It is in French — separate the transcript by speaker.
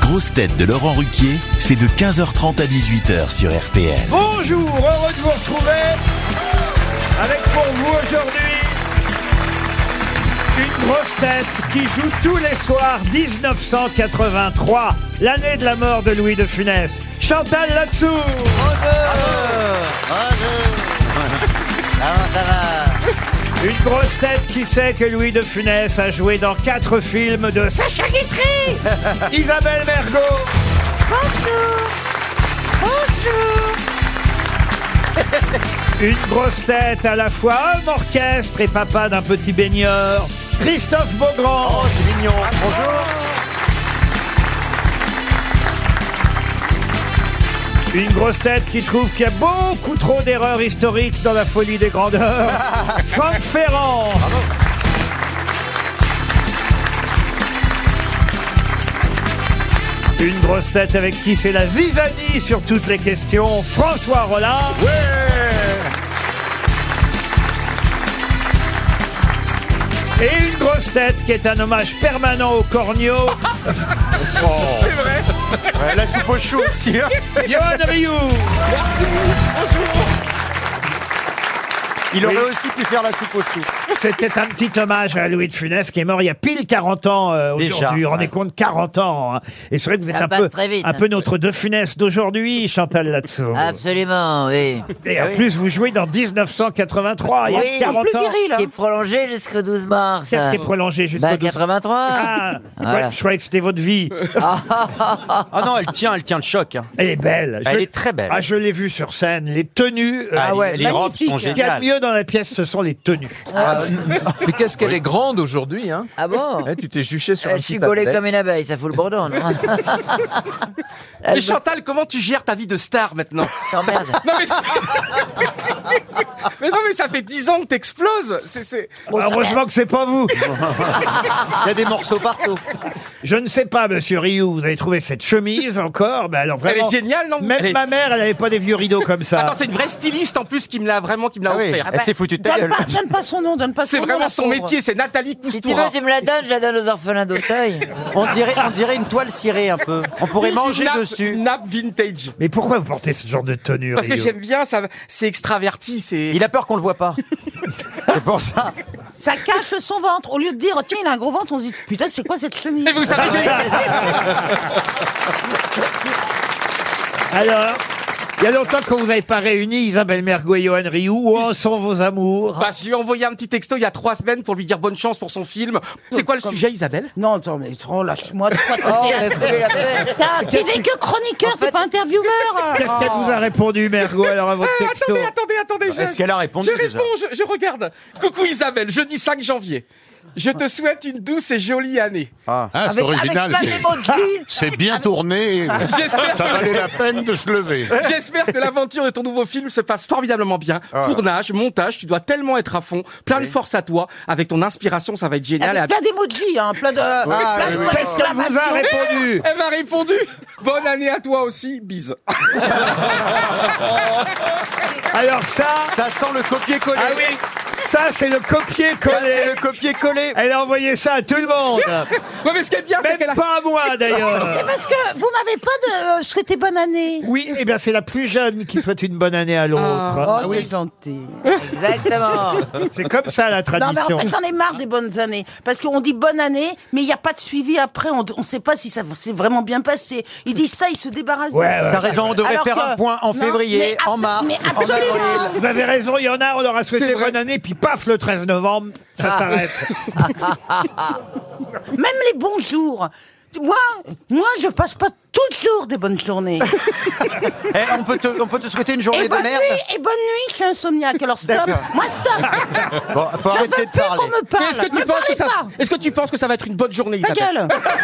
Speaker 1: grosses têtes de Laurent Ruquier, c'est de 15h30 à 18h sur RTL.
Speaker 2: Bonjour, heureux de vous retrouver avec pour vous aujourd'hui une grosse tête qui joue tous les soirs 1983, l'année de la mort de Louis de Funès. Chantal Latsou Une grosse tête qui sait que Louis de Funès a joué dans quatre films de Sacha Guitry Isabelle Mergot Une grosse tête à la fois homme orchestre et papa d'un petit baigneur, Christophe Beaugrand. Bonjour. Une grosse tête qui trouve qu'il y a beaucoup trop d'erreurs historiques dans la folie des grandeurs, Franck Ferrand. Une grosse tête avec qui c'est la zizanie sur toutes les questions, François Rollin. Et une grosse tête qui est un hommage permanent au corneaux,
Speaker 3: La soupe au chou aussi.
Speaker 2: Johan Rioux.
Speaker 3: Il aurait aussi pu faire la soupe au chou.
Speaker 2: C'était un petit hommage à Louis de Funès qui est mort il y a pile 40 ans euh,
Speaker 3: Déjà,
Speaker 2: aujourd'hui. On
Speaker 3: ouais.
Speaker 2: est compte 40 ans. hein. Et c'est vrai que vous êtes
Speaker 4: Ça
Speaker 2: un
Speaker 4: passe
Speaker 2: peu,
Speaker 4: très vite,
Speaker 2: un
Speaker 4: hein.
Speaker 2: peu notre de Funès d'aujourd'hui, Chantal Latsou.
Speaker 4: Absolument, oui.
Speaker 2: Et en plus, vous jouez dans 1983, il y a
Speaker 4: Oui,
Speaker 2: 40 ans.
Speaker 4: Qui est prolongé jusqu'au 12 mars.
Speaker 2: Qu'est-ce qui est prolongé jusqu'au
Speaker 4: Bah,
Speaker 2: 12
Speaker 4: 83.
Speaker 2: Ah,
Speaker 4: Voilà.
Speaker 2: ouais, Je croyais que c'était votre vie.
Speaker 3: Ah non, elle tient, elle tient le choc. hein.
Speaker 2: Elle est belle. Je-
Speaker 3: Elle est très belle.
Speaker 2: Ah, je l'ai vue sur scène. Les tenues. euh,
Speaker 3: Ah ouais, les robes sont
Speaker 2: Ce qu'il y a
Speaker 3: géniales.
Speaker 2: de mieux dans la pièce, ce sont les tenues.
Speaker 5: Mais qu'est-ce qu'elle est grande aujourd'hui, hein
Speaker 4: Ah bon
Speaker 5: Eh, Tu t'es juché sur
Speaker 4: Euh,
Speaker 5: un
Speaker 4: Je suis
Speaker 5: petit
Speaker 4: gaulé
Speaker 5: athlète.
Speaker 4: comme une abeille, ça fout le bourdon, non Elle
Speaker 6: Mais
Speaker 4: me-
Speaker 6: Chantal, comment tu gères ta vie de star maintenant
Speaker 4: T'emmerdes.
Speaker 6: Non mais... mais non mais ça fait 10 ans que t'exploses. C'est c'est
Speaker 2: Heureusement que c'est pas vous.
Speaker 3: Il y a des morceaux partout.
Speaker 2: Je ne sais pas, monsieur Rioux, vous avez trouvé cette chemise encore. Mais alors
Speaker 6: elle
Speaker 2: vraiment,
Speaker 6: est géniale Ah, non
Speaker 2: Même
Speaker 6: Elle est-
Speaker 2: ma mère, elle n'avait pas des vieux rideaux comme ça.
Speaker 6: Attends, c'est une vraie styliste en plus qui me l'a vraiment qui me l'a
Speaker 3: Ah oui,
Speaker 6: offert.
Speaker 3: elle s'est foutue de ta gueule.
Speaker 7: donne pas son nom, donne pas
Speaker 6: C'est vraiment son métier, c'est Nathalie hein.
Speaker 4: Si tu veux,
Speaker 6: Coustoura.
Speaker 4: tu me la donnes, je la donne aux orphelins d'Auteuil. Oh,
Speaker 3: On dirait, on dirait une toile cirée un peu. On pourrait manger
Speaker 6: nappe,
Speaker 3: dessus.
Speaker 6: Nappe vintage.
Speaker 2: Mais pourquoi vous portez ce genre de tenue
Speaker 6: Parce que
Speaker 2: Rioux
Speaker 6: j'aime bien ça, c'est extraverti, c'est.
Speaker 3: Il a peur qu'on le voit pas. C'est pour ça.
Speaker 7: Ça cache son ventre. Au lieu de dire, oh, tiens, il a un gros ventre, on se dit, putain, c'est quoi cette chemise
Speaker 6: Et vous
Speaker 3: Ah,
Speaker 6: savez, j'ai-
Speaker 2: Alors, il y a longtemps qu'on vous avait pas réunis, Isabelle Mergo et Johan Rioux. Où en sont vos amours
Speaker 6: Bah, je lui ai envoyé un petit texto il y a trois semaines pour lui dire bonne chance pour son film. C'est quoi le sujet, Isabelle
Speaker 7: Non, attends, mais attends, lâche-moi. de quoi ça
Speaker 4: Oh,
Speaker 7: fait
Speaker 4: mais fais la paix.
Speaker 7: Putain, tu n'es que chroniqueur, t'es pas intervieweur.
Speaker 2: Qu'est-ce qu'elle vous a répondu, Mergo, alors à votre
Speaker 6: Euh,
Speaker 2: texto
Speaker 6: oh. Attendez, attendez, attendez. je-
Speaker 3: Bah, Est-ce qu'elle a répondu
Speaker 6: Je
Speaker 3: déjà
Speaker 6: réponds, je, je regarde. Coucou Isabelle, jeudi 5 janvier. Je te souhaite une douce et jolie année.
Speaker 8: Ah, c'est original.
Speaker 7: plein
Speaker 8: c'est-
Speaker 7: d'emojis.
Speaker 8: C'est bien tourné. et
Speaker 6: J'espère
Speaker 8: Ça valait la peine de se lever.
Speaker 6: J'espère que l'aventure de ton nouveau film se passe formidablement bien. Tournage, montage, tu dois tellement être à fond. Plein de force à toi. Avec ton inspiration, ça va être génial.
Speaker 7: Avec
Speaker 6: Et
Speaker 7: plein d'emojis, hein, plein de.
Speaker 4: Ah,
Speaker 7: plein de points
Speaker 2: Qu'est-ce qu'elle vous a
Speaker 7: d'exclamation.
Speaker 2: répondu
Speaker 6: Elle m'a répondu Bonne année à toi aussi, bise.
Speaker 2: Alors ça,
Speaker 3: Ça sent le copier-coller.
Speaker 2: ah oui, ça c'est le
Speaker 3: Ça, c'est
Speaker 2: copier-coller.
Speaker 3: le copier-coller.
Speaker 2: Elle a envoyé ça à tout le monde.
Speaker 6: Ouais, mais ce qui est bien, c'est qu'elle
Speaker 2: Même
Speaker 6: a.
Speaker 2: pas à moi
Speaker 7: C'est
Speaker 2: d'ailleurs.
Speaker 7: parce que vous m'avez pas de, euh, souhaité bonne année.
Speaker 2: Oui, eh bien c'est la plus jeune qui souhaite une bonne année à
Speaker 7: Ah.
Speaker 2: l'autre.
Speaker 7: c'est gentil.
Speaker 4: Exactement.
Speaker 2: C'est comme ça la
Speaker 7: Non, mais
Speaker 2: tradition.
Speaker 7: en fait, j'en ai marre des bonnes années. Parce qu'on dit bonne année, mais il n'y a pas de suivi après. On ne sait pas si ça s'est vraiment bien passé. Ils disent ça, ils se débarrassent.
Speaker 2: Ouais, ouais.
Speaker 3: T'as raison, on devrait
Speaker 7: Alors
Speaker 3: faire
Speaker 7: que-
Speaker 3: un point en
Speaker 7: Non,
Speaker 3: février,
Speaker 7: mais
Speaker 3: en
Speaker 7: abso-
Speaker 3: mars,
Speaker 7: mais
Speaker 3: en avril.
Speaker 7: absolument.
Speaker 2: Vous avez raison, il y en a, on leur a souhaité
Speaker 6: C'est vrai.
Speaker 2: bonne année, puis paf, le 13 novembre, ça
Speaker 7: Ah.
Speaker 2: s'arrête.
Speaker 7: Même les bons jours. Moi, moi, je passe pas toujours des bonnes journées.
Speaker 3: Eh, on, peut te, on peut te souhaiter une
Speaker 7: Et
Speaker 3: journée de
Speaker 7: bonne
Speaker 3: merde
Speaker 7: nuit, et bonne nuit, je suis insomniaque. Alors stop,
Speaker 3: D'accord.
Speaker 7: moi stop.
Speaker 3: Bon, faut
Speaker 7: Je veux
Speaker 3: arrêter de
Speaker 7: plus qu'on
Speaker 3: parler.
Speaker 7: me
Speaker 6: Mais
Speaker 7: parle.
Speaker 6: Est-ce que, tu
Speaker 7: Me
Speaker 6: penses que
Speaker 7: parlez
Speaker 6: ça...
Speaker 7: pas.
Speaker 6: est-ce que tu penses que ça va être une bonne journée,
Speaker 7: Ta
Speaker 6: Isabelle
Speaker 7: gueule.